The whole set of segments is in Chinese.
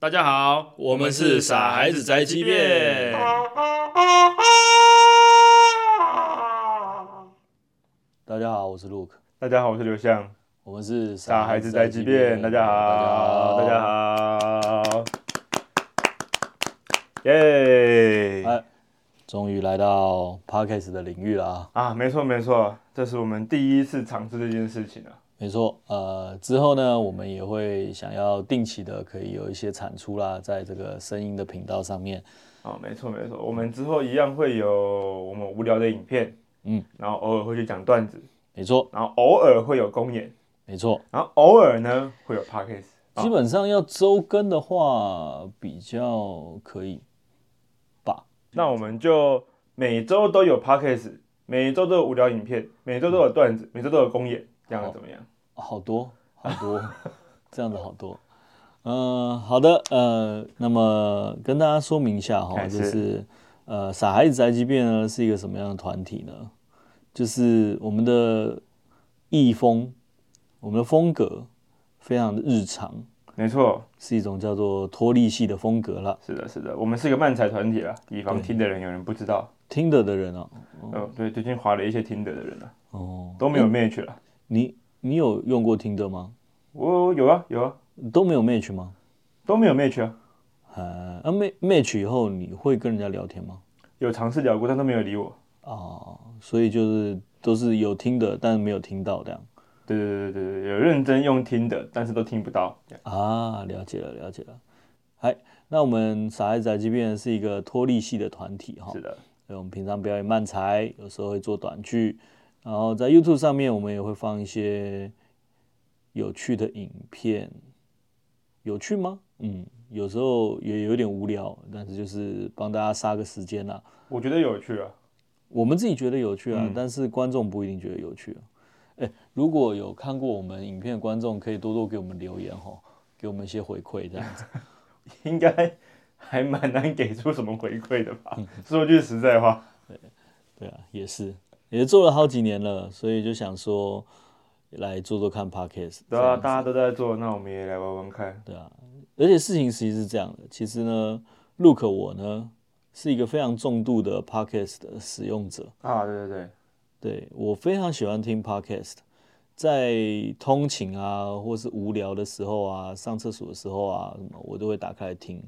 大家好，我们是傻孩子宅急便大家好，我是 Luke，大家好，我是刘翔，我们是傻孩子宅急便，大家好，大家。好，耶！哎，终于来到 Podcast 的领域啦、啊，没错没错，这是我们第一次尝试这件事情啊。没错，呃，之后呢，我们也会想要定期的可以有一些产出啦，在这个声音的频道上面。啊，没错没错，我们之后一样会有我们无聊的影片，嗯，然后偶尔会去讲段子，没错，然后偶尔会有公演，没错，然后偶尔呢会有 podcast，啊基本上要周更的话，比较可以吧。那我们就每周都有 podcast，每周都有无聊影片，每周都有段子，每周都有公演，这样怎么样？啊好多好多，这样子好多。嗯、好的，呃，那么跟大家说明一下哈，哎就是是呃，傻孩子宅急便呢是一个什么样的团体呢？就是我们的艺风，我们的风格非常的日常，没错，是一种叫做脱力系的风格啦。是的，是的，我们是个漫才团体啦，以防听的人有人不知道。听的的人啊，嗯，对，最近划了一些听的的人啊，哦，都没有 match 了。你你有用过听的吗？我有啊，有啊，都没有 match 吗？都没有 match 啊，呃，啊 match match 以后你会跟人家聊天吗？有尝试聊过，但都没有理我。哦，所以就是都是有听的，但没有听到这样对对对对对，有认真用听的，但是都听不到。啊，了解了，了解了。嗨，那我们傻孩子宅急便是一个脱力系的团体哈是，的，所以我们平常表演漫才，有时候会做短剧，然后在 YouTube 上面我们也会放一些有趣的影片，有趣吗？嗯，有时候也有点无聊，但是就是帮大家杀个时间啦、啊我觉得有趣啊。我们自己觉得有趣啊，嗯但是观众不一定觉得有趣、啊。哎，如果有看过我们影片的观众，可以多多给我们留言哦，给我们一些回馈这样 子。应该 还蛮难给出什么回馈的吧？ 说句实在话，对啊，也是，也做了好几年了，所以就想说来做做看 podcast 这对啊，样子。大家都在做，那我们也来玩玩看。对啊，而且事情其实是这样的，其实呢，Look 我呢是一个非常重度的 podcast 的使用者，啊，对对对，对我非常喜欢听 podcast，在通勤啊，或是无聊的时候啊，上厕所的时候啊，什么我都会打开来听。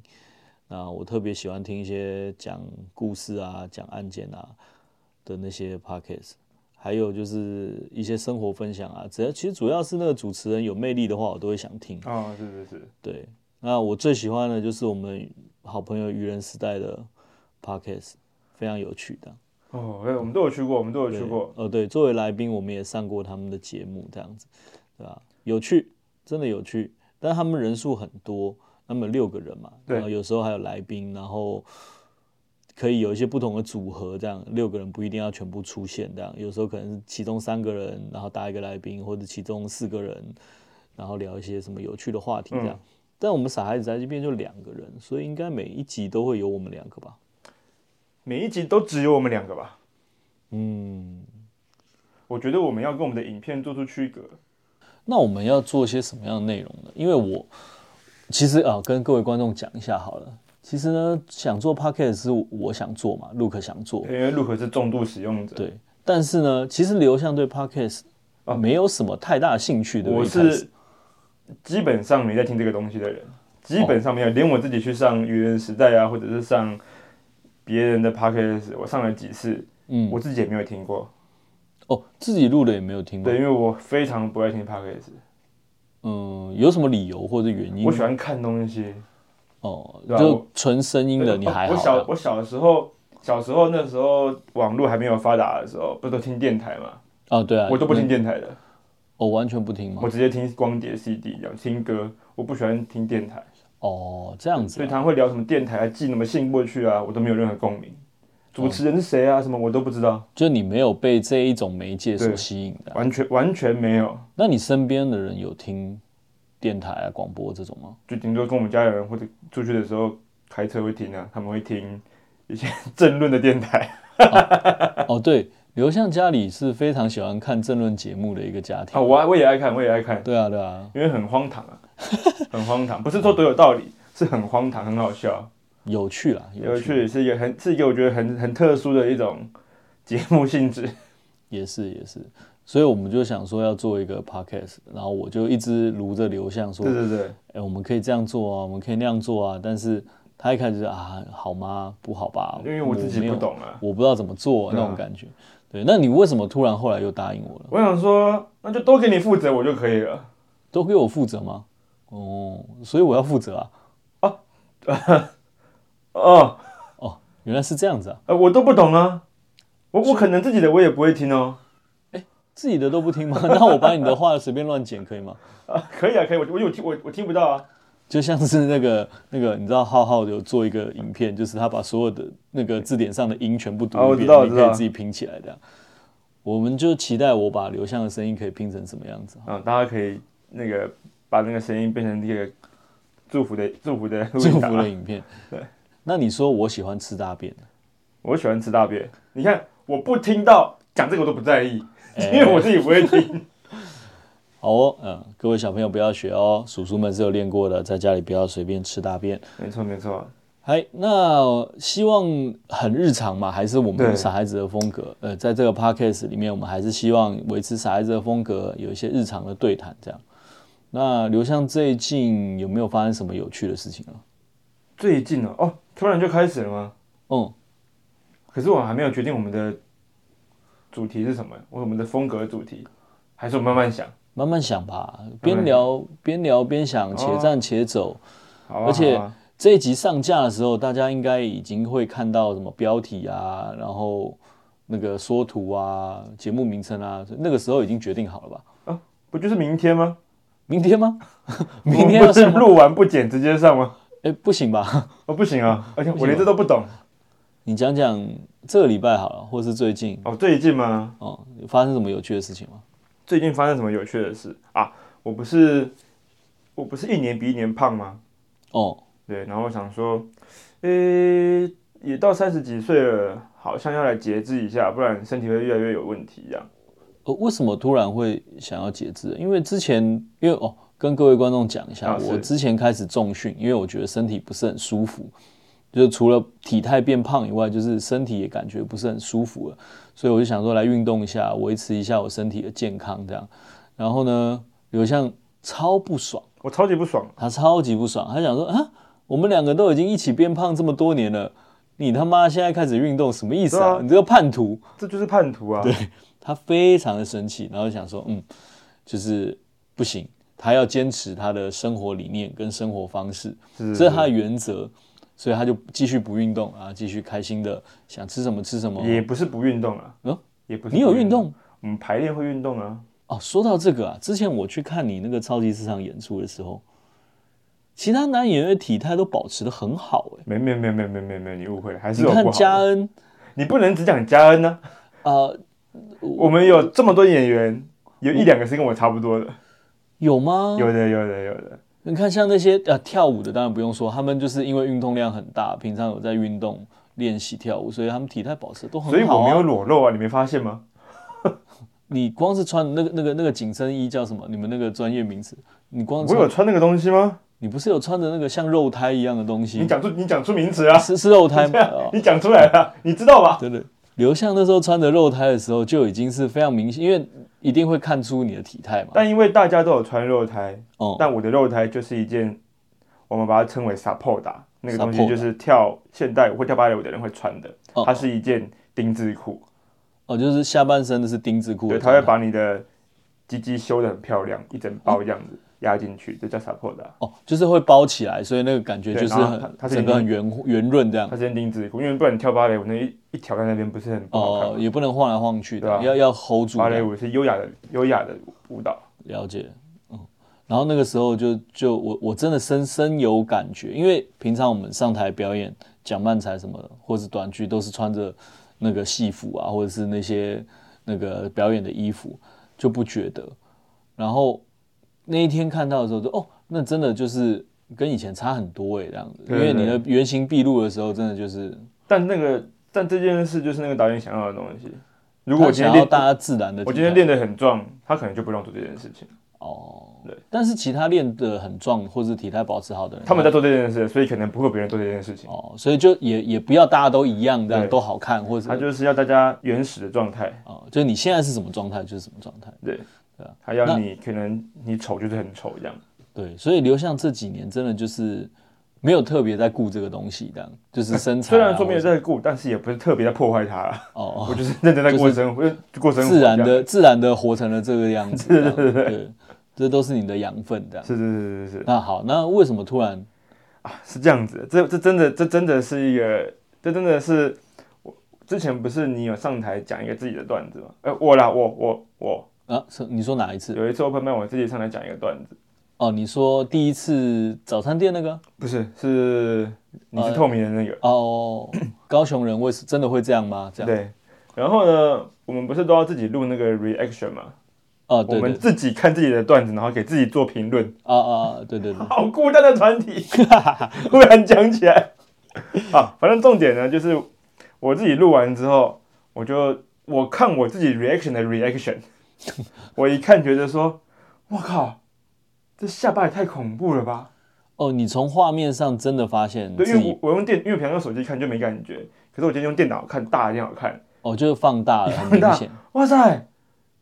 那我特别喜欢听一些讲故事啊、讲案件啊的那些 podcast，还有就是一些生活分享啊。只要其实主要是那个主持人有魅力的话，我都会想听。啊，是是是，对，那我最喜欢的就是我们好朋友愚人时代的 podcast，非常有趣的。哦，对，我们都有去过，我们都有去对过。呃，对，作为来宾，我们也上过他们的节目，这样子，对吧、有趣，真的有趣。但他们人数很多，他们有六个人嘛，对然后有时候还有来宾，然后可以有一些不同的组合，这样六个人不一定要全部出现，这样有时候可能是其中三个人，然后搭一个来宾，或者其中四个人，然后聊一些什么有趣的话题这嗯样。但我们傻孩子在这边就两个人，所以应该每一集都会有我们两个吧？每一集都只有我们两个吧？嗯，我觉得我们要跟我们的影片做出区隔。那我们要做些什么样的内容呢？因为我其实啊，跟各位观众讲一下好了。其实呢，想做 podcast 是我想做嘛，Look 想做，因为陆可是重度使用者，对。但是呢，其实刘向对 podcast 啊没有什么太大的兴趣，对不我对？一开是始基本上没在听这个东西的人，哦基本上没有，连我自己去上愚人时代啊，或者是上别人的 podcast，我上了几次，嗯我自己也没有听过。哦，自己录的也没有听过对，。因为我非常不爱听 podcast，嗯，有什么理由或者原因我？喜欢看东西。哦，对啊就我纯声音的对你哦还我好啊小啦。我小时候，小时候那时候网络还没有发达的时候，不是都听电台嘛？哦，对啊，我都不听那，哦电台的，我完全不听嘛我。直接听光碟 CD 这样听歌。我不喜欢听电台，哦，这样子所啊以。他们会聊什么电台啊，寄什么信过去啊，我都没有任何共鸣。主哦持人是谁啊？什么我都不知道，就你没有被这一种媒介所对吸引的啊。完全完全没有。那你身边的人有听电台啊、广播这种吗？就顶多跟我们家人或者出去的时候开车会听啊，他们会听一些 政论的电台。哦，对，刘向家里是非常喜欢看政论节目的一个家庭。啊，我爱我也爱看，我也爱看。对啊，对啊， 因为很荒唐啊，很荒唐，不是说都有道理，是很荒唐、很好笑，有趣啦，有趣是一个很是一个我觉得很很特殊的一种节目性质。也是也是，所以我们就想说要做一个 podcast，然后我就一直撸着刘向说，对对对，哎，我们可以这样做啊，我们可以那样做啊，但是他一开始就啊，好吗？不好吧？因为我自己没有不懂啊我不知道怎么做、对啊那种感觉。对，那你为什么突然后来又答应我了？我想说，那就都给你负责我就可以了。都归我负责吗？哦，所以我要负责啊。哦，哦，原来是这样子啊，呃，我都不懂啊，我我可能自己的我也不会听哦。自己的都不听吗？ 那我把你的话随便乱剪可以吗？啊，可以啊，可以，我我有听我我听不到啊。就像是那个那个，你知道浩浩有做一个影片，就是他把所有的那个字典上的音全部读啊我一知遍，道你我知可道以自己拼起来的。我们就期待我把刘向的声音可以拼成什么样子。嗯，大家可以那个把那个声音变成那个祝福的祝福的录祝音福档啊的影片。对，那你说我喜欢吃大便，我喜欢吃大便，你看我不听到讲这个我都不在意，哎因为我自己不会听。好哦，嗯，各位小朋友不要学哦，叔叔们是有练过的，在家里不要随便吃大便。 没错没错，嗨，那希望很日常嘛，还是我对们傻孩子的风格。呃，在这个 podcast 里面，我们还是希望维持傻孩子的风格，有一些日常的对谈这样。那刘向最近有没有发生什么有趣的事情啊？最近哦哦，突然就开始了吗？嗯，可是我还没有决定我们的主题是什么，我们的风格主题，还是我慢慢想。慢慢想吧，边聊边聊边想，且战且走。好啊、而且好啊这一集上架的时候，大家应该已经会看到什么标题啊，然后那个缩图啊、节目名称啊，那个时候已经决定好了吧？不就是明天吗？明天吗？明我们天不要是上吗？录完不剪直接上吗？哎、不行吧？ 哦，不行啊，而且不我行连这都不懂。你讲讲这个礼拜好了，或是最近哦，最近吗？哦，发生什么有趣的事情吗？最近发生什么有趣的事啊？我不是，我不是一年比一年胖吗？哦，对，然后我想说，呃、也到三十几岁了，好像要来节制一下，不然身体会越来越有问题一样。呃，为什么突然会想要节制？因为之前因为哦，跟各位观众讲一下，啊是我之前开始重训，因为我觉得身体不是很舒服，就是除了体态变胖以外，就是身体也感觉不是很舒服了，所以我就想说来运动一下，维持一下我身体的健康这样。然后呢，刘向超不爽。我超级不爽，他超级不爽，他想说啊，我们两个都已经一起变胖这么多年了，你他妈现在开始运动什么意思啊？对啊你这个叛徒！这就是叛徒啊！对，他非常的生气，然后想说，嗯，就是不行，他要坚持他的生活理念跟生活方式，是这是啊他的原则，所以他就继续不运动啊，继续开心的想吃什么吃什么。也不是不运动啊，嗯也不是你有不运动？我们排练会运动啊。哦，说到这个啊，之前我去看你那个超级市场演出的时候，其他男演员的体态都保持的很好、欸，没没没没没没没，你误会了，还是你有不看好嘉的。恩。你不能只讲嘉恩呢、呃，我们有这么多演员，有一两个是跟我差不多的，有吗？有的有的有的。你看，像那些呃跳舞的，当然不用说，他们就是因为运动量很大，平常有在运动练习跳舞，所以他们体态保持得都所以很好、我没啊。有裸露啊，你没发现吗？你光是穿那个那个那个紧身衣叫什么？你们那个专业名词？你光我是有穿那个东西吗？你不是有穿着那个像肉胎一样的东你西？讲出你讲出名词啊，是嗯是肉胎吗？哦你讲出来了，你知道吧？对对，刘向那时候穿着肉胎的时候就已经是非常明显，因为一定会看出你的体态嘛。但因为大家都有穿肉胎，哦、但我的肉胎就是一件，我们把它称为 support 啊那个东西 Sapoda 就是跳现代舞或跳芭蕾舞的人会穿的，哦它是一件丁字裤，哦，就是下半身的是丁字裤的对，状它态，会把你的鸡鸡修得很漂亮，一整包这样子压进去，这叫 support 啊。哦，就是会包起来，所以那个感觉对就是然后很它它是整个很圆圆润这样它。是件丁字裤，因为不然你跳芭蕾舞那一一条在那边不是很不好看哦吗，也不能晃来晃去的，对啊要要 hold 住芭蕾的。舞是优雅的优雅的舞蹈，了解，嗯。然后那个时候就就我我真的深深有感觉，因为平常我们上台表演讲慢才什么的，或是短剧都是穿着那个戏服啊，或者是那些那个表演的衣服，就不觉得。然后那一天看到的时候就哦，那真的就是跟以前差很多诶、这样子，对对因为你的原形毕露的时候，真的就是但那个但这件事就是那个导演想要的东西。如果我他今天想要练大家自然的。我今天练得很壮，他可能就不让我做这件事情。哦，对。但是其他练得很壮或是体态保持好的人，他们在做这件事，所以可能不会有别人做这件事情。哦，所以就也也不要大家都一样，这样对都好看，或者他就是要大家原始的状态，哦，就是你现在是什么状态就是什么状态。对对啊，他要那啊你可能你丑就是很丑这样，对，所以刘向这几年真的就是没有特别在顾这个东西，这样就是身材、啊，虽然说没有或者在顾，但是也不是特别在破坏它啦。哦，我就是认真在过生活，就过生活自然这样，的自然的活成了这个样子，这样对，这都是你的养分，这样。是是是是是啊那好，那为什么突然是这样子的。这这真的这真的是一个，这真的是我之前不是你有上台讲一个自己的段子吗？呃，我啦，我我我啊？是你说哪一次？有一次 open m i 我自己上台讲一个段子，哦，你说第一次早餐店那个不是是你呃是透明的那个，哦，高雄人为什真的会这样吗？这样对。然后呢，我们不是都要自己录那个 reaction 吗？哦，我对们对自己看自己的段子，然后给自己做评论，啊啊，对对对，好孤单的团体， 忽然讲起来。啊，反正重点呢，就是我自己录完之后，我就我看我自己 reaction 的 reaction，我一看觉得说，我靠，这下巴也太恐怖了吧！哦，你从画面上真的发现对，因自为己我我用电，因为平常用手机看就没感觉，可是我今天用电脑看，大一定好看。哦，就是放大了，很明大 显。哇塞，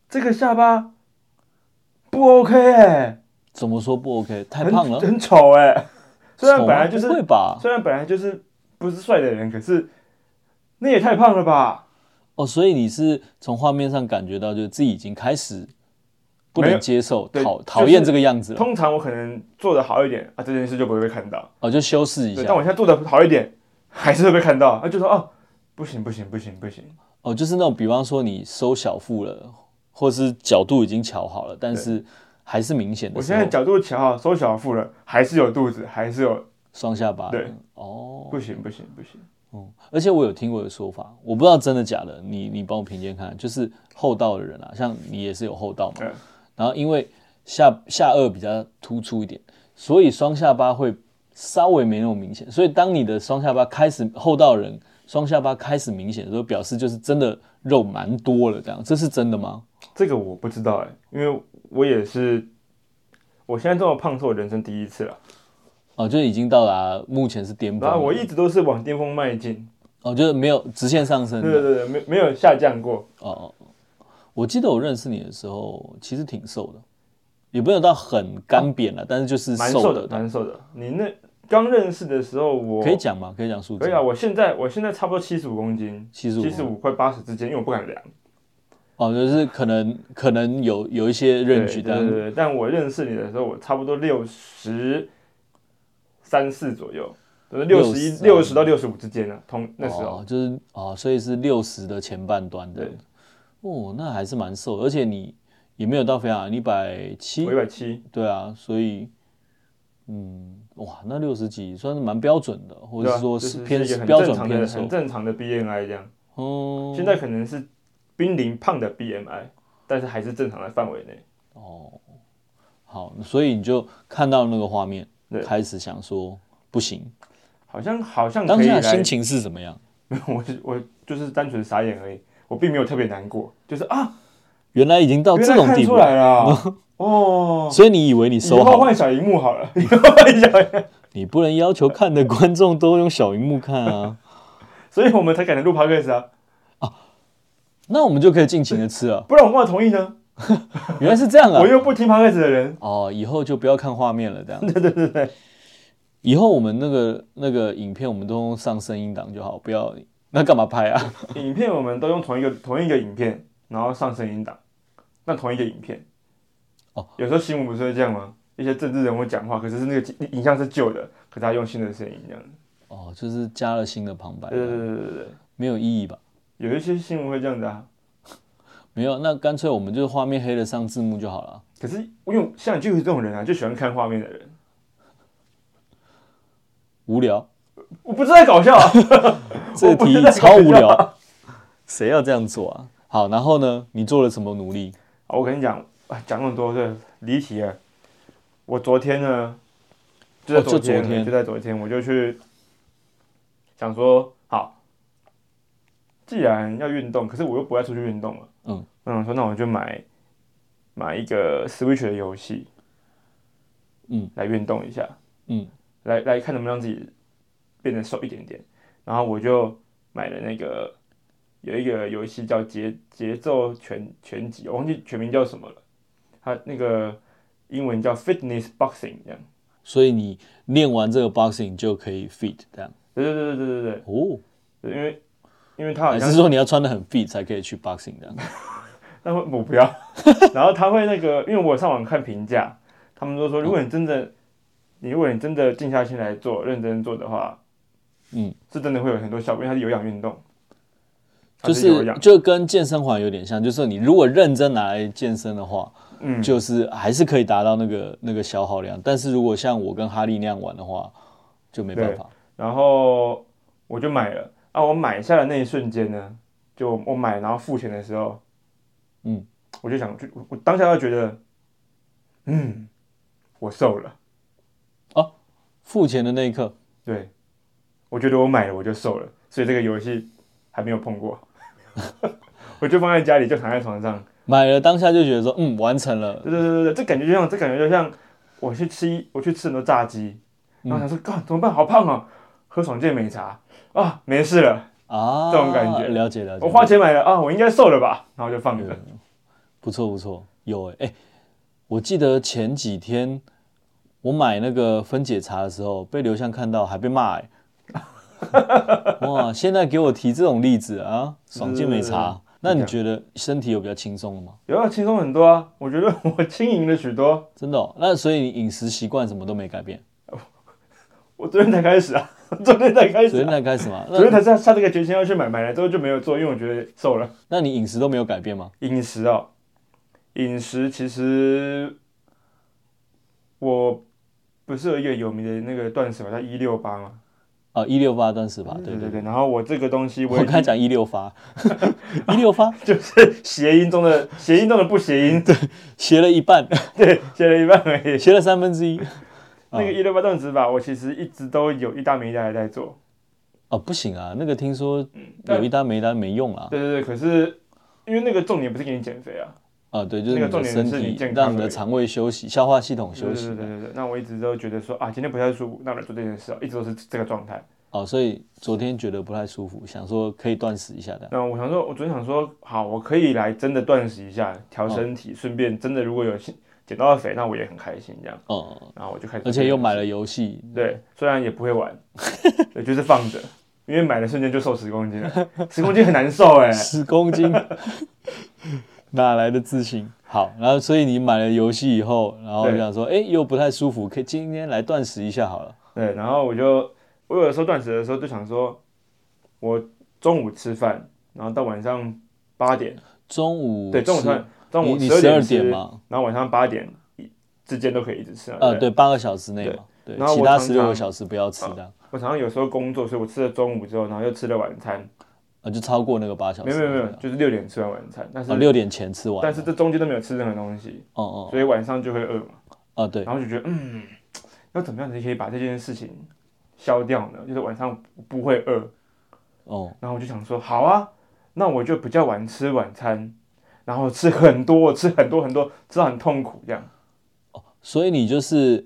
这个下巴不 OK 哎、怎么说不 OK？太很胖了，很丑哎、 虽然丑本吗来就是不会吧？虽然本来就是不是帅的人，可是那也太胖了吧？哦，所以你是从画面上感觉到，就是自己已经开始不没能有接受、对讨就是讨厌这个样子了。通常我可能做的好一点啊，这件事就不会被看到。哦，就修饰一对，但下。我现在做的好一点， 还是会被看到。啊，就说哦，不行不行不行不行，哦，就是那种，比方说你收小腹了，或是角度已经调好了，但是还是明显的我时现候。在角度调好，收小腹了，还是有肚子，还是有，双下巴。对。哦，不行不行不行。嗯，而且我有听过一个说法，我不知道真的假的，你你帮我评鉴看，就是厚道的人啊，像你也是有厚道嘛，嗯然后因为下下颚比较突出一点，所以双下巴会稍微没那么明显，所以当你的双下巴开始厚道的人双下巴开始明显的时候，表示就是真的肉蛮多了，这样这是真的吗？这个我不知道哎、因为我也是，我现在这么胖是我人生第一次了。哦，就已经到达目前是巅峰然了，后我一直都是往巅峰迈进，哦就是没有直线上升对的，对对，没没有下降过。哦哦，哦我记得我认识你的时候，其实挺瘦的，也不能到很干扁了，但是就是哦蛮瘦瘦的，蛮瘦的。你那刚认识的时候我，可以讲吗？可以讲数字？可以啊。我现在我现在差不多七十五公斤， 75七十五快八十之间，因为我不敢量。哦，就是可能可能有有一些认对知，对但对对。但我认识你的时候，我差不多六十三四左右，就是六十一、 63六十到六十五之间啊。同那时候，哦、就是哦，所以是六十的前半端的对，哦，那还是蛮瘦的，而且你也没有到非常啊矮，你一百七我一，百七，对啊，所以嗯，哇，那六十几算是蛮标准的，或对者吧是说就是偏、一个很标正准常偏的、瘦很，正常的 BMI 这样。嗯，现在可能是濒临胖的 BMI，但是还是正常的范围内。哦，好，所以你就看到那个画面对，开始想说不行。好像好像当可以下来心情是怎么样？没有，我是我就是单纯傻眼而已，我并没有特别难过，就是啊，原来已经到原哦这来种看地步出，来了 啊，哦，所以你以为你以收后好了，换小荧幕好了， 以后换小荧幕，你不能要求看的观众都用小荧幕 看啊。所以我们才敢录 podcast 啊，那我们就可以尽情的吃了。不然我干嘛同意呢？原来是这样啊我！又不听 podcast 的人，哦，以后就不要看画面了，这样。对对对对，以后我们那个那个影片，我们都用上声音档就好，不要那干嘛拍啊？影片我们都用同一个同一个影片，然后上声音档，那同一个影片，哦，有时候新闻不是会这样吗？一些政治人物讲话，可是那个影像是旧的，可是他用新的声音这样，哦，就是加了新的旁白，对对对对对对，没有意义吧？有一些新闻会这样子啊。没有，那干脆我们就是画面黑了上字幕就好了。可是因为像就是这种人啊，就喜欢看画面的人，无聊，我不是在搞笑 啊，这我个不提知议道超要无不要聊，谁要这样做啊？好，然后呢？你做了什么努力？啊我跟你讲，啊讲那么多这离题了。啊我昨天呢，就在哦就昨天，昨天就在昨天，我就去想说，好，既然要运动，可是我又不爱出去运动了，嗯嗯，说那我就买买一个 Switch 的游戏，嗯，来运动一下，嗯，来来看能不能让自己变得瘦一点点。然后我就买了那个有一个游戏叫节节奏拳拳击，我忘记全名叫什么了，它那个英文叫 Fitness Boxing 这样。所以你练完这个 boxing 就可以 fit 这样对对对对对对哦，对，因为因为它好还像 是说你要穿的很 fit 才可以去 boxing 这样？他会我不要， 然后他会那个，因为我上网看评价，他们嗯都说，如果你真的，你如果你真的静下心来做，认真做的话，嗯，是真的会有很多效果，因为它是有氧运动，它就是有是氧，就跟健身环有点像，就是说你如果认真拿来健身的话，嗯，就是还是可以达到那个那个消耗量，但是如果像我跟哈利那样玩的话，就没办法。然后我就买了啊，我买下的那一瞬间呢，就我买然后付钱的时候，嗯，我就想，就我我当下就觉得，嗯，我瘦了，付钱的那一刻，对，我觉得我买了我就瘦了，所以这个游戏还没有碰过， 我就放在家里，就躺在床上。买了当下就觉得说，嗯，完成了，对对对对对，这感觉就像这感觉就像我去吃我去吃很多炸鸡，然后想说，干怎么办？好胖哦！喝爽健美茶啊，没事了，啊，这种感觉了解了解。我花钱买了啊，我应该瘦了吧？然后就放着。嗯不错不错，有哎、欸欸我记得前几天我买那个分解茶的时候，被刘向看到还被 骂哎、哇，现在给我提这种例子啊，爽健美嗯茶。那啊你觉得身体有比较轻松了吗？有要轻松很多啊！我觉得 我轻盈了许多。真的、哦？那所以你饮食习惯什么都没改变？我昨天才开始啊， 昨天才开昨始天啊、才开始嘛？昨天那才下下这个决心要去买，买了之后就没有做，因为我觉得瘦了。那你饮食都没有改变吗？饮食哦，饮食其实我不是有一个有名的那个断食法叫一六八嘛？啊，一六八断食法，对对对对对。对。然后我这个东西 我我已刚才经讲一六八，一六 八就是谐音中 的谐音中的不谐音，学了一半，对， 写了一半而已。学了三分之一。那啊个一六八断食法，我其实一直都有一搭没一搭的在做。哦，不行啊，那个听说但有一单没一单没用啊。对对对，可是因为那个重点不是给你减肥啊，啊，对，就那是个你重点的身是你体健让康你的而已肠胃休息、消化系统对休对息对对对。对那我一直都觉得说啊，今天不太舒服，那我来做这件事、啊，一直都是这个状态。哦，所以昨天觉得不太舒服，想说可以断食一下的。那我想说，我昨天想说，好，我可以来真的断食一下，调身体，顺便真的如果有幸减到肥，那我也很开心这样。嗯，然后我就开始，而且又买了游戏，对，虽然也不会玩， 对，就是放着，因为买的瞬间就瘦十公斤了， 十公斤很难受哎、 十公斤，哪来的自信？好，然后所以你买了游戏以后，然后对就想说，哎，又不太舒服，可以今天来断食一下好了。对，然后我就我有的时候断食的时候就想说，我中午吃饭，然后到晚上八点，中午对，中午吃吃饭，中午你你十12点点吃，嘛然后晚上八点一之间都可以一直吃呃，对，八个小时内对嘛，对，然后其我他常十六常个啊小时不要吃的，我常常有时候工作，所以我吃了中午之后，然后又吃了晚餐，呃，就超过那个八小时。没有没有没有对，啊就是六点吃完晚餐，但是、哦，六点前吃完。但是这中间都没有吃任何东西，哦哦所以晚上就会饿嘛，哦，对，然后就觉得嗯，要怎么样才可以把这件事情消掉呢？就是晚上不会饿，哦，然后我就想说好啊，那我就比较晚吃晚餐，然后吃很多，我吃很多很多，吃到很痛苦这样，所以你就是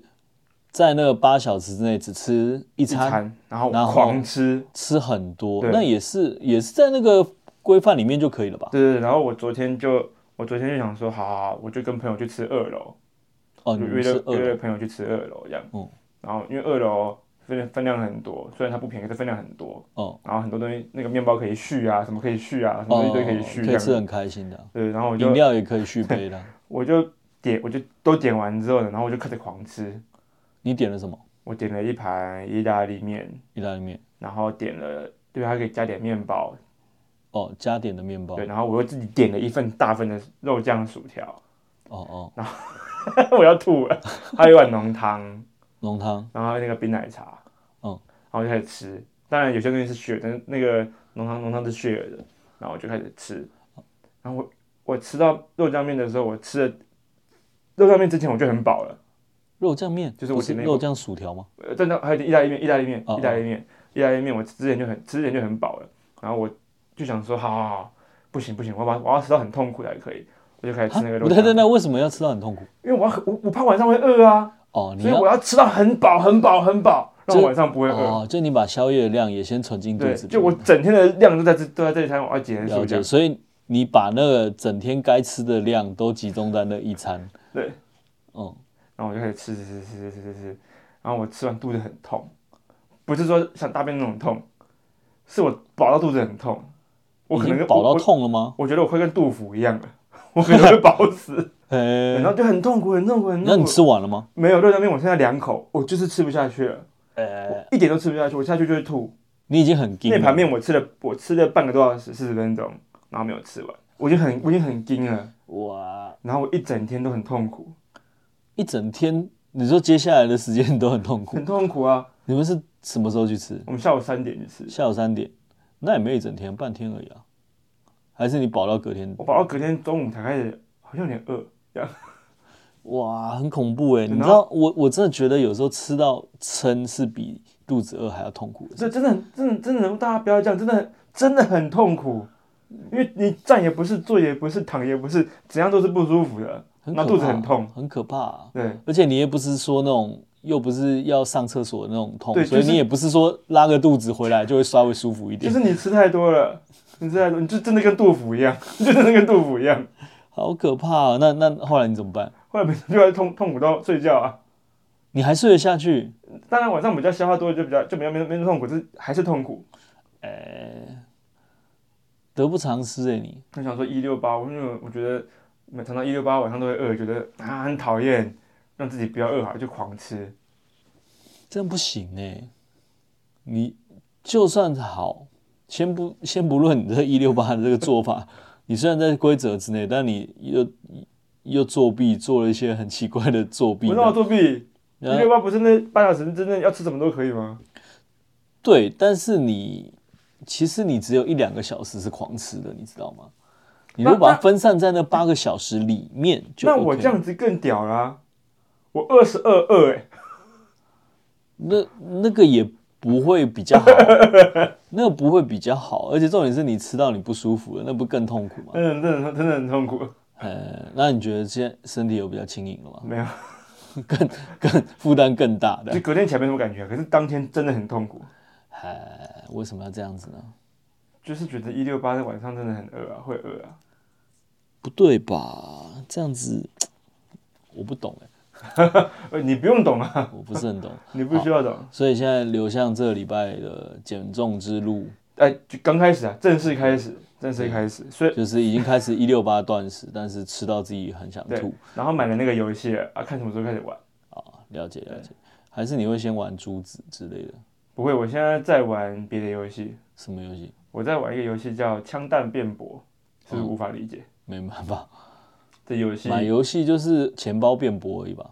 在那个八小时之内只吃一一餐，餐然后然后狂吃，吃很多，对那也是也是在那个规范里面就可以了吧？对对对，然后我昨天就我昨天就想说好好好，我就跟朋友去吃二楼。哦，你就约们是了约二了朋友去吃二楼这样，嗯然后因为二楼分分量很多，虽然它不便宜，可是分量很多，哦然后很多东西那个面包可以续啊，什么可以续啊，什么哦东，西都可以续这可以样，吃很开心的，对，然后我饮就料也可以续 杯的。我就点我就都点完之后呢，然后我就开始狂吃，你点了什么？我点了一盘意大利面，意大利面然后点了对，还可以加点面包，哦，加点的面包对，然后我又自己点了一份大份的肉酱薯条， 哦哦，我要吐了， 还有一碗浓汤，浓汤然后还有那个冰奶茶，嗯，然后我就开始吃。当然有些东西是血，但是那个浓汤浓汤是血的，然后我就开始吃。然后我我吃到肉酱面的时候，我吃了肉酱面之前我就很饱了，肉酱面，就是不我是点那个肉酱薯条吗？呃，但是还有点意大利面，意大利面，哦意大利面，意大利面，我之前就很之前就很饱了。然后我就想说，好好好，不行不行，我要把我要吃到很痛苦才可以。我就开始吃那个肉啊不对，对酱，那为什么要吃到很痛苦？因为我要很我我怕晚上会饿啊，哦，你所以要我要吃到很饱很饱很饱，让我晚上不会饿。哦，就你把宵夜的量也先存进肚对，子里，就我整天的量都在这都在这一餐，我要节能了数这解，样。所以你把那个整天该吃的量都集中在那一餐，对，哦、然后我就开始吃吃吃吃吃吃吃吃，然后我吃完肚子很痛，不是说想大便那种痛，是我饱到肚子很痛， 我已可能经跟饱到我痛了吗？我觉得我会跟杜甫一样了， 我可能会饱 死，嘿然，后就很痛苦，很痛苦，很那痛你苦。吃完了吗？没有肉酱面，我现在两口，我就是吃不下去了，呃，一点都吃不下去，我下去就会吐。你已经很惊那盘了，面我吃了，我吃了半个多小时，四十分钟，然后没有吃完，我已经很我已经很惊了，哇，然后我一整天都很痛苦，一整天，你说接下来的时间都很痛苦。 很痛苦啊。你们是什么时候去吃？我们下午三点去吃，下午三点，那也没有一整天，半天而已啊。还是你饱到隔天？我饱到隔天中午才开始，好像有点饿。哇，很恐怖哎、你然后知道，我我真的觉得有时候吃到撑是比肚子饿还要痛苦的。这真的很，真的真的，大家不要这样，真的很真的很痛苦，因为你站也不是，坐也不是，躺也不是，怎样都是不舒服的，很可那怕肚子很痛。，很可怕啊、对而且你也不是说那种，又不是要上厕所的那种痛，对所以就是你也不是说拉个肚子回来就会稍微舒服一就点。是你吃太多了，你吃太多，你就真的跟杜甫一样， 就真的跟杜甫一样。好可怕、啊！那那后来你怎么办？后来每天就在痛痛苦到睡觉啊。你还睡得下去？当然晚上比较消化多，就比较就比较没没那么痛苦，就是还是痛苦。得不偿失哎、你我想说一六八，我因为我觉得每常常一六八晚上都会饿，觉得啊很讨厌，让自己不要饿好了就狂吃。这样不行哎、你就算好，先不先不论你这一六八的这个做法，你虽然在规则之内，但你又又作弊，做了一些很奇怪的作弊我。让我作弊，一然后六八不是那八小时真的要吃什么都可以吗？对，但是你其实你只有一两个小时是狂吃的，你知道吗？你如果那把它分散在那八个小时里面就、那 OK 了、我这样子更屌啦、我二十二二哎，那那个也不会 比较好，那个不会比较好，而且重点是你吃到你不舒服了，那不更痛苦吗？真的真的真的很痛苦。呃，那你觉得现在身体有比较轻盈了吗？没有，更更负担更大的就，隔天起来没什么感觉，可是当天真的很痛苦，哎，为什么要这样子呢？就是觉得一六八在晚上真的很饿啊，会饿啊。不对吧？这样子我不懂哎、呃，你不用懂啊，我不是很懂。你不需要懂。所以现在流向这个礼拜的减重之路，哎，就刚开始啊，正式开始，嗯正式开始。所以就是已经开始一六八断食，但是吃到自己很想对吐。，然后买了那个游戏了啊，看什么时候开始玩。啊，了解了解。还是你会先玩珠子之类的？不会，我现在在玩别的游戏，什么游戏？我在玩一个游戏叫《枪弹辩驳》，是不是哦无法理解？没办法，这游戏买游戏就是钱包变薄而 已吧？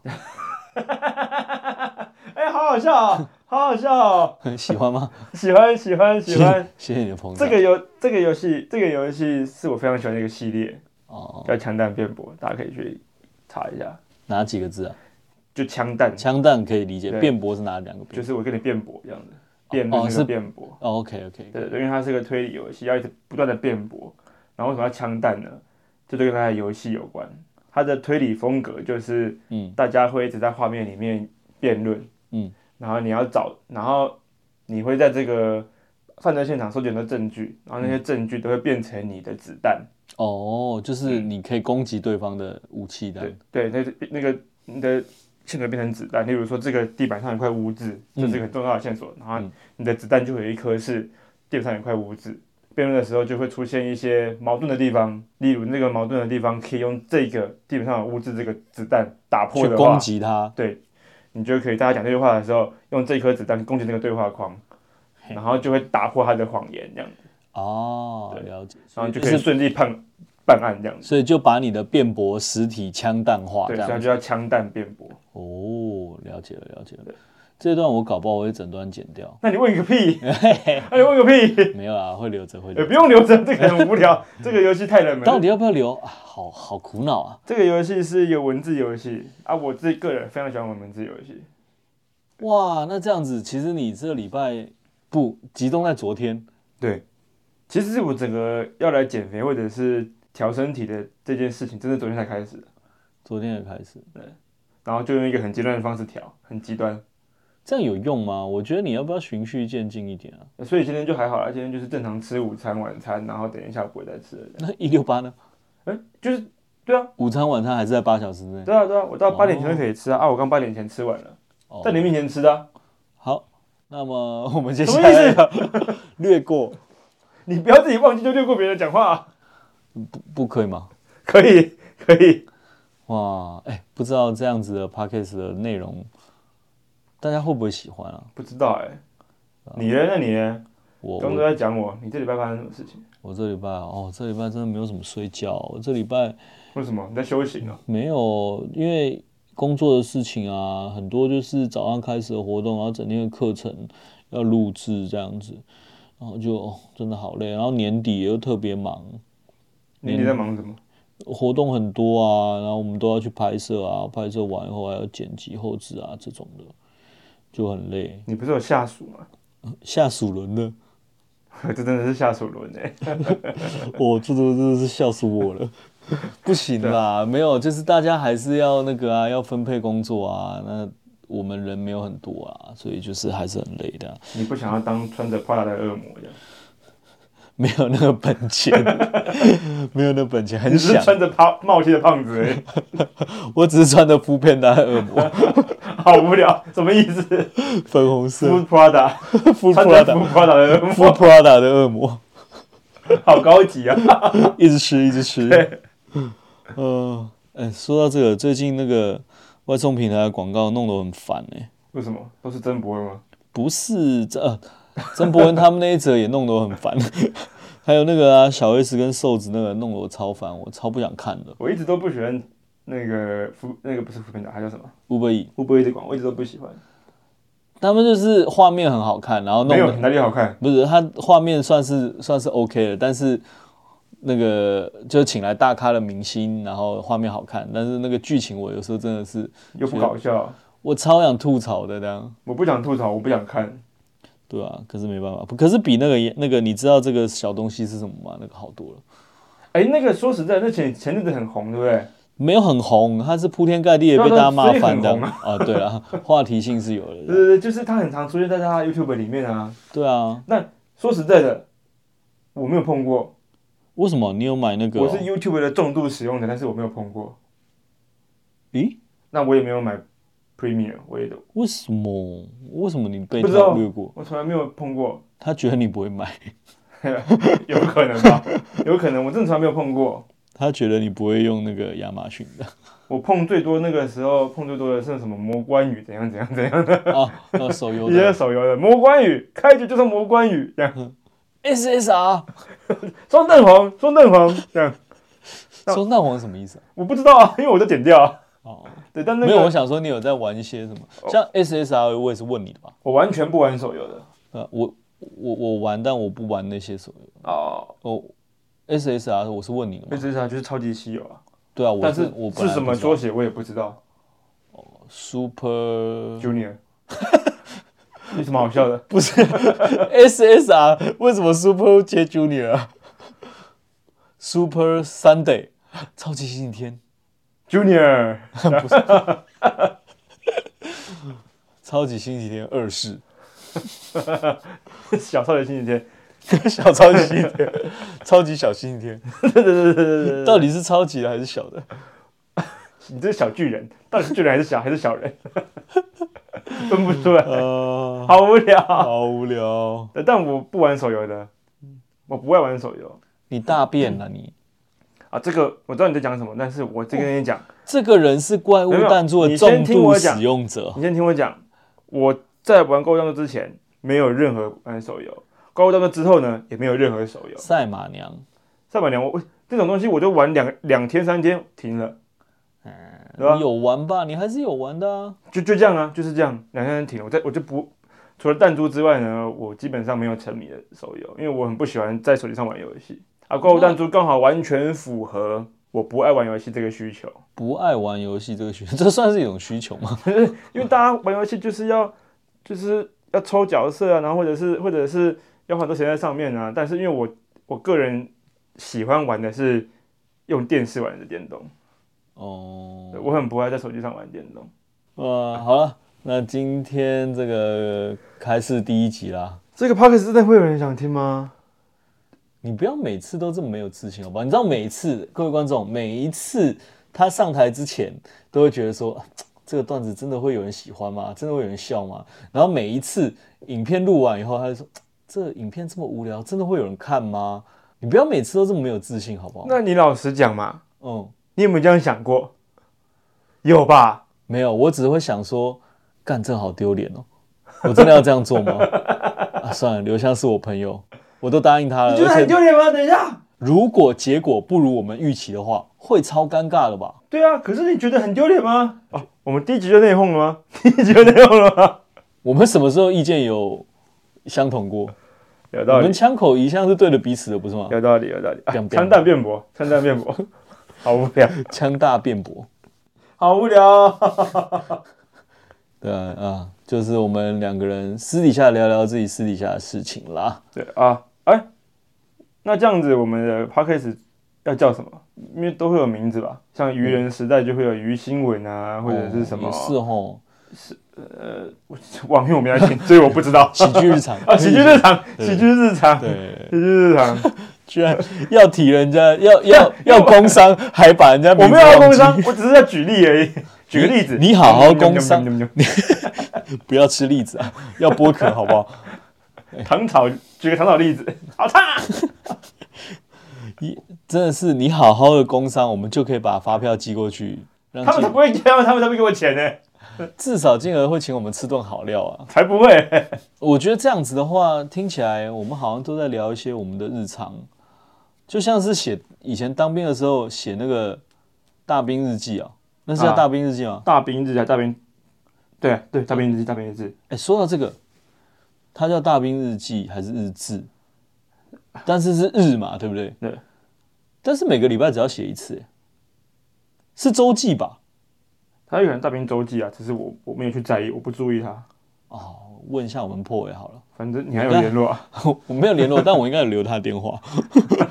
哎、好好笑、哦， 好好笑、哦，喜欢吗？喜欢喜欢 喜欢。谢谢你的捧这场。个游这个游戏这个游戏是我非常喜欢的一个系列，哦，叫《枪弹辩驳》，大家可以去查一下。哪几个字啊？就枪弹，枪弹可以理解，对辩驳是哪两个就辩？是我跟你辩驳这样子，辩论哦那是个辩驳。哦，OK OK，对，因为它是个推理游戏，要一直不断的辩驳。然后为什么要枪弹呢？这就跟它的游戏有关。它的推理风格就是嗯大家会一直在画面里面辩论，嗯，然后你要找，然后你会在这个犯罪现场收集很多证据，然后那些嗯证据都会变成你的子弹。哦，就是你可以攻击对方的武器弹。对对，那那个你的线索变成子弹，例如说这个地板上有一块污渍，这是一个很重要的线索，然后嗯你的子弹就会有一颗是地板上有一块污渍。辩论的时候就会出现一些矛盾的地方，例如那个矛盾的地方可以用这个地板上有污渍这个子弹打破去的攻话，击他，你就可以大家讲这句话的时候用这颗子弹攻击那个对话框，嘿然后就会打破他的谎言这样，哦，对了解，然后就就可以是顺利判办案这样子。所以就把你的辩驳实体枪弹化对，这所以它样就叫枪弹辩驳。哦，了解了了解了，这段我搞不好我会整段剪掉，那你问个 屁！那你问个屁！没有啊，会留着会也留哎不着。用留着，这个很无 聊，这个游戏太冷门到了。底要不要留啊？好好苦恼啊！这个游戏是一个文字游戏啊，我自己个人非常喜欢玩文字游戏。哇，那这样子，其实你这礼拜不集中在昨天，对，其实我整个要来减肥或者是调身体的这件事情，真的昨天才开始的，昨天才开始，然后就用一个很极端的方式调，很极端，这样有用吗？我觉得你要不要循序渐进一点啊？所以今天就还好啦，今天就是正常吃午餐、晚餐，然后等一下不会再吃了这样。那一六八呢？哎、就是对啊，午餐晚餐还是在八小时之内？对啊，对啊，我到八点前就可以吃啊，啊，我刚八点前吃完了，哦在你面前吃的啊、好，那么我们接什下么意来思？ 略过，你不要自己忘记就略过别人讲话、啊，不不可以吗？可以，可以，哇，哎、不知道这样子的 podcast 的内容，大家会不会喜欢啊？不知道哎、哦你呢？那你呢？我刚刚我都在讲我，你这礼拜发生什么事情？我这礼拜哦，这礼拜真的没有什么睡觉，我这礼拜为什么你在修行啊？没有，因为工作的事情啊，很多就是早上开始的活动，然后整天的课程要录制这样子，然后就、哦真的好累，然后年底又特别忙，你嗯你在忙什么？活动很多啊，然后我们都要去拍摄啊，拍摄完以后还要剪辑、后置啊这种的，就很累，你不是有下属吗？ 下属轮的。这真的是下属轮哎、 我这都真的是笑死我了，不行啊啦，没有，就是大家还是要那个啊，要分配工作啊。那我们人没有很多啊，所以就是还是很累的啊、你不想要当穿着 Prada 的恶魔这样？没有那个本钱， 没有那本钱，你很是想，穿着胖冒气的胖子哎、我只是穿的敷片的恶魔，好无聊，什么意思粉红色？Food Prada，敷穿着 Food Prada 的 Prada 恶敷魔， Prada 的恶魔，好高级啊！一直吃一直吃对。嗯，哎、说到这个，最近那个外送平台的广告弄得我很烦哎、为什么都是真博文吗？不是这、呃、曾伯恩他们那一则也弄得我很烦， 还有那个啊小 S 跟瘦子那个弄得我超烦，我超不想看的。我一直都不喜欢那个福，那个不是福平达，它叫什么？吴伯义乌波一直广，我一直都不喜欢。他们就是画面很好看，然后弄没有得哪里好看？不是他画面算是算是 OK 的，但是那个就请来大咖的明星，然后画面好看，但是那个剧情我有时候真的是又不搞笑，我超想吐槽的这样。我不想吐槽，我不想看。对啊，可是没办法，可是比那个也那个，你知道这个小东西是什么吗？那个好多了。哎，那个说实在，那前前阵子很红，对不对？没有很红，他是铺天盖地的被大家骂翻的对啊啊。对 啊，话题性是有对的。对对，就是它很常出现在大家 YouTube 里面啊。对啊，说实在的，我没有碰过，为什么你有买那个、我是哦？ YouTube 的重度使用者，但是我没有碰过。咦，那我也没有买 Premium，我也都为什么？为什么你被不知道他略过？我从来没有碰过，他觉得你不会买， 有可能吧？有可能，我真的从来没有碰过。他觉得你不会用那个亚马逊 的我碰最多那个时候碰最多的是什么魔关羽怎样怎样怎样的，啊，那个手游一些的手游的魔关羽，开局就是魔关羽这样。 SSR。双蛋黄，双蛋黄，这样说蛋黄什么意思啊？我不知道啊，因为我都点掉啊。哦，对，但那没有，我个哦想说你有在玩一些什么？像 SSR，我也是问你的吧？我完全不玩手游的呃，我我我玩，但我不玩那些手游。哦。哦，SSR 我是问你的那嘛？至少就是超级稀有啊，对啊，我但是我本是来什不么知道缩写我也不知道。 Super Junior，有什么好笑的？不是 SSR，为什么 Super 接 Junior 啊？Super Sunday，超级星期天， Junior，超级星期天二世，小少爷星期天， 小超级星期天，超级小星期天，对对对对对对到底是超级的还是小的？你这是小巨人，到底是巨人还是小还是小人？ 分不出来，呃，好无聊。好无聊。对但我不玩手游的，我不爱玩手游你大便了你！啊。这个我知道你在讲什么，但是我这个跟你讲，这个人是怪物没有弹珠的你先重听度我讲使用者，你先听我讲，我在玩《高端之前没有任何玩手游，《高端之后呢也没有任何手游。赛马娘。上半年我我这种东西我就玩两两天三天停了，对啊吧你有玩吧？你还是有玩的啊。就就这样啊，就是这样，两天三天停了。我在我就不除了弹珠之外呢，我基本上没有沉迷的手游，因为我很不喜欢在手机上玩游戏。啊，《怪物弹珠》刚好完全符合我不爱玩游戏这个需求，不爱玩游戏这个需求，这算是一种需求吗？因为大家玩游戏就是要就是要抽角色啊，然后或者是或者是要花很多时间在上面啊。但是因为我我个人喜欢玩的是用电视玩的电动，哦对，我很不爱在手机上玩电动。哇，好了，那今天这个开市第一集啦，这个 podcast 真的会有人想听吗？你不要每次都这么没有自信好哦吧？你知道每一次各位观众，每一次他上台之前都会觉得说。啊这个段子真的会有人喜欢吗？真的会有人笑吗？然后每一次影片录完以后，他就说：“这影片这么无聊，真的会有人看吗？”你不要每次都这么没有自信，好不好？那你老实讲嘛，嗯，你有没有这样想过？有吧？没有，我只会想说，干这好丢脸哦！我真的要这样做吗？啊，算了，刘湘是我朋友，我都答应他了。你觉得而很且，丢脸吗？等一下，如果结果不如我们预期的话，会超尴尬的吧？对啊，可是你觉得很丢脸吗？哦，我们第一集就内讧了吗？ 第一集就内讧了吗？我们什么时候意见有相同过？有我道理们，枪口一向是对着彼此的，不是吗？有道理，有道理。啊哦变变枪弹辩驳，枪弹辩 驳，好无聊，枪大辩驳，好无聊哦。对啊啊，就是我们两个人私底下聊聊自己私底下的事情啦。对啊，哎，那这样子我们的 podcast 要叫什么？因为都会有名字吧，像愚人时代就会有愚新闻啊，或者是什么嗯哦、也是哦吼，网友没来听，所以我不知 道喜剧日常 啊，喜剧日常，对喜剧日常，喜对。剧日常，居然要提人 家，要要要工伤，还把人家我名字没有要忘工记伤，我只是在举例而已，举个例子，你好好工商嗯嗯嗯嗯嗯不要吃栗子啊，要剥壳好不 好？嗯 糖炒，举个糖炒例子，好烫啊，真的是你好好的工伤，我们就可以把发票寄过去，让他们金才不会，他们他们才不给我钱呢，至少金额会请我们吃顿好料啊。才不会，我觉得这样子的话，听起来我们好像都在聊一些我们的日常，就像是写以前当兵的时候写那个大兵日记啊，那是叫啊大兵日记吗？大兵日啊，大兵，对啊对，大兵日，大兵日，哎、说到这个，它叫大兵日记还是日志？但是是日嘛，对不对？对。但是每个礼拜只要写一次，哎是周记吧？他有可能大兵周记啊，只是我我没有去在意，我不注意他，哦，问一下我们破伟好了， 反正你还有联络啊，我没有联络，但我应该有留他的电话。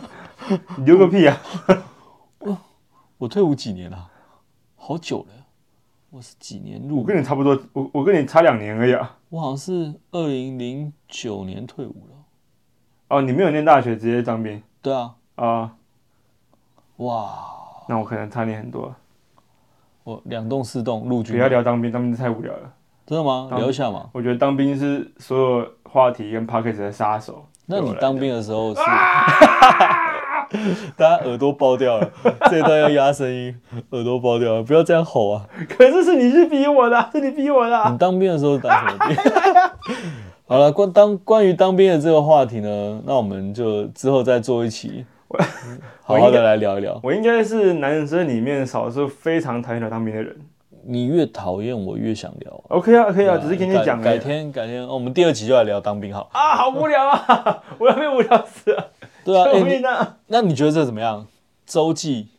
你丢个屁啊，我退伍几年了、好久了，我是几年入我伍？跟你差不多，我我跟你差两年而已啊，我好像是二零零九年退伍了。哦，你没有念大学，直接当兵对啊，啊，哇，那我可能差你很多，啊我两栋四栋陆不军，要聊当兵，当兵太无聊了，真的吗？当聊一下嘛。我觉得当兵是所有话题跟 p o c k e t 的杀手，那对我你来当兵的时候是？ 大家耳朵爆掉了， 这一段要压声音，耳朵爆掉了，不要这样吼啊！ 可是是你是逼我的啊，是你逼我的啊。你当兵的时候当什么兵？ 好了，关当关于当兵的这个话题呢，那我们就之后再做一期， 好好的来聊一聊。我应该是男生里面少数非常讨厌当兵的人。你越讨厌我越想聊啊， OK 啊，可以啊，对只是跟你讲而改改已。天改天、哦我们第二集就来聊当兵好。啊，好无聊啊！ 我要被无聊死了，对啊，救哎、你命啊！那你觉得这怎么样？周记，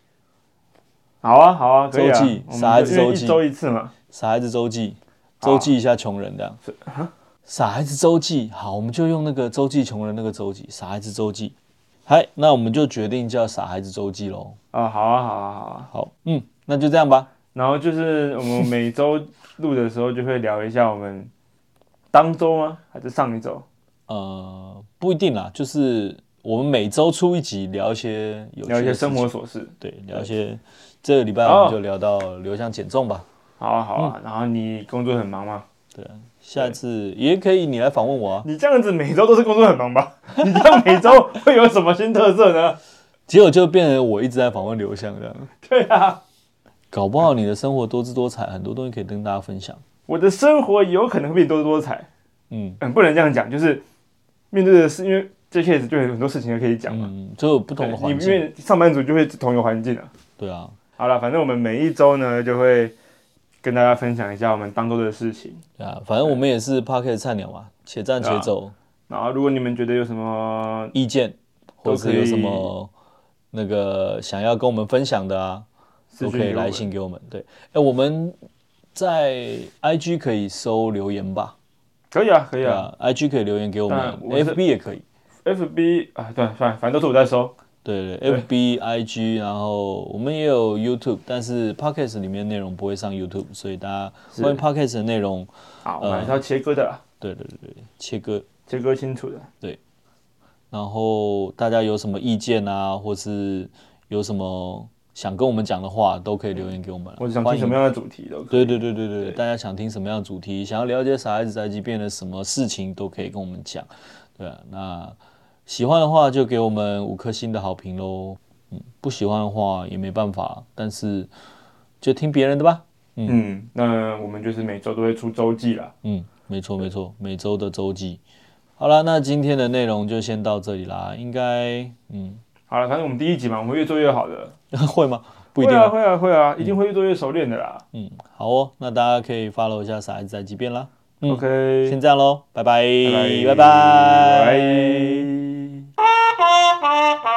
好啊，好啊，可以啊。周记我们就傻孩子因为周记一周一次嘛。傻孩子周记，好周记一下穷人这样。啊傻孩子周记，好，我们就用那个周记穷人那个周记，傻孩子周记。嗨，那我们就决定叫傻孩子周记喽。啊，好啊，好啊，好啊。好，嗯，那就这样吧。然后就是我们每周录的时候就会聊一下我们当周吗？还是上一周？呃，不一定啦，就是我们每周出一集，聊一些有趣聊的一些事情生活，哦琐事。对，聊一些。这个礼拜我们就聊到流向减重吧。好啊，好嗯啊。然后你工作很忙吗？对，下次也可以你来访问我啊。你这样子每周都是工作很忙吧？ 你这样每周会有什么新特色呢？ 结果就变成我一直在访问流向这样，对啊，搞不好你的生活多姿多彩，很多东西可以跟大家分享。我的生活有可能会多姿多彩。嗯。嗯，不能这样讲，就是面对的是因为这 case 就有很多事情可以讲嘛。嗯，就有不对同的你环因境。为上班族就会同一个环境啊。对啊，好了，反正我们每一周呢就会跟大家分享一下我们当周的事情。对啊，反正我们也是 p a r k e t 菜鸟嘛，且战且走，然后，如果你们觉得有什么意见或都者可以有什么那个想要跟我们分享的啊，私都讯可以给我来们，信给我们。对，哎，我们在 IG 可以搜留言吧？可以啊，可以对啊。啊，IG 可以留言给我们当然我是，FB 也可以。啊 FB 啊，对，算了，反正都是我在收。对对，F B I G，然后我们也有 YouTube，但是 Podcast 里面内容不会上 YouTube，所以大家是关于 Podcast 的内容，啊，呃我们还是要切割的啦，对对对，对切割。切割清楚的。然后大家有什么意见啊，或是有什么想跟我们讲的话，都可以留言给我们啊。我想欢听迎什么样的主题都可以。对对对对对，大家想听什么样的主题，想要了解傻孩子宅急便的什么事情，都可以跟我们讲。对啊，那喜欢的话就给我们五颗星的好评喽。嗯，不喜欢的话也没办法，但是就听别人的吧。嗯，那我们就是每周都会出周记啦。嗯，没错没错，每周的周记。好啦，那今天的内容就先到这里啦。应该嗯 好了，反正我们第一集嘛，我们会越做越好的。会吗？不一定会啊，哦。会啊，会啊，一定会越做越熟练的啦。嗯，好哦，那大家可以 follow 一下傻孩子宅急便啦。嗯 OK，先这样喽，拜拜拜拜拜拜拜拜 Thank you.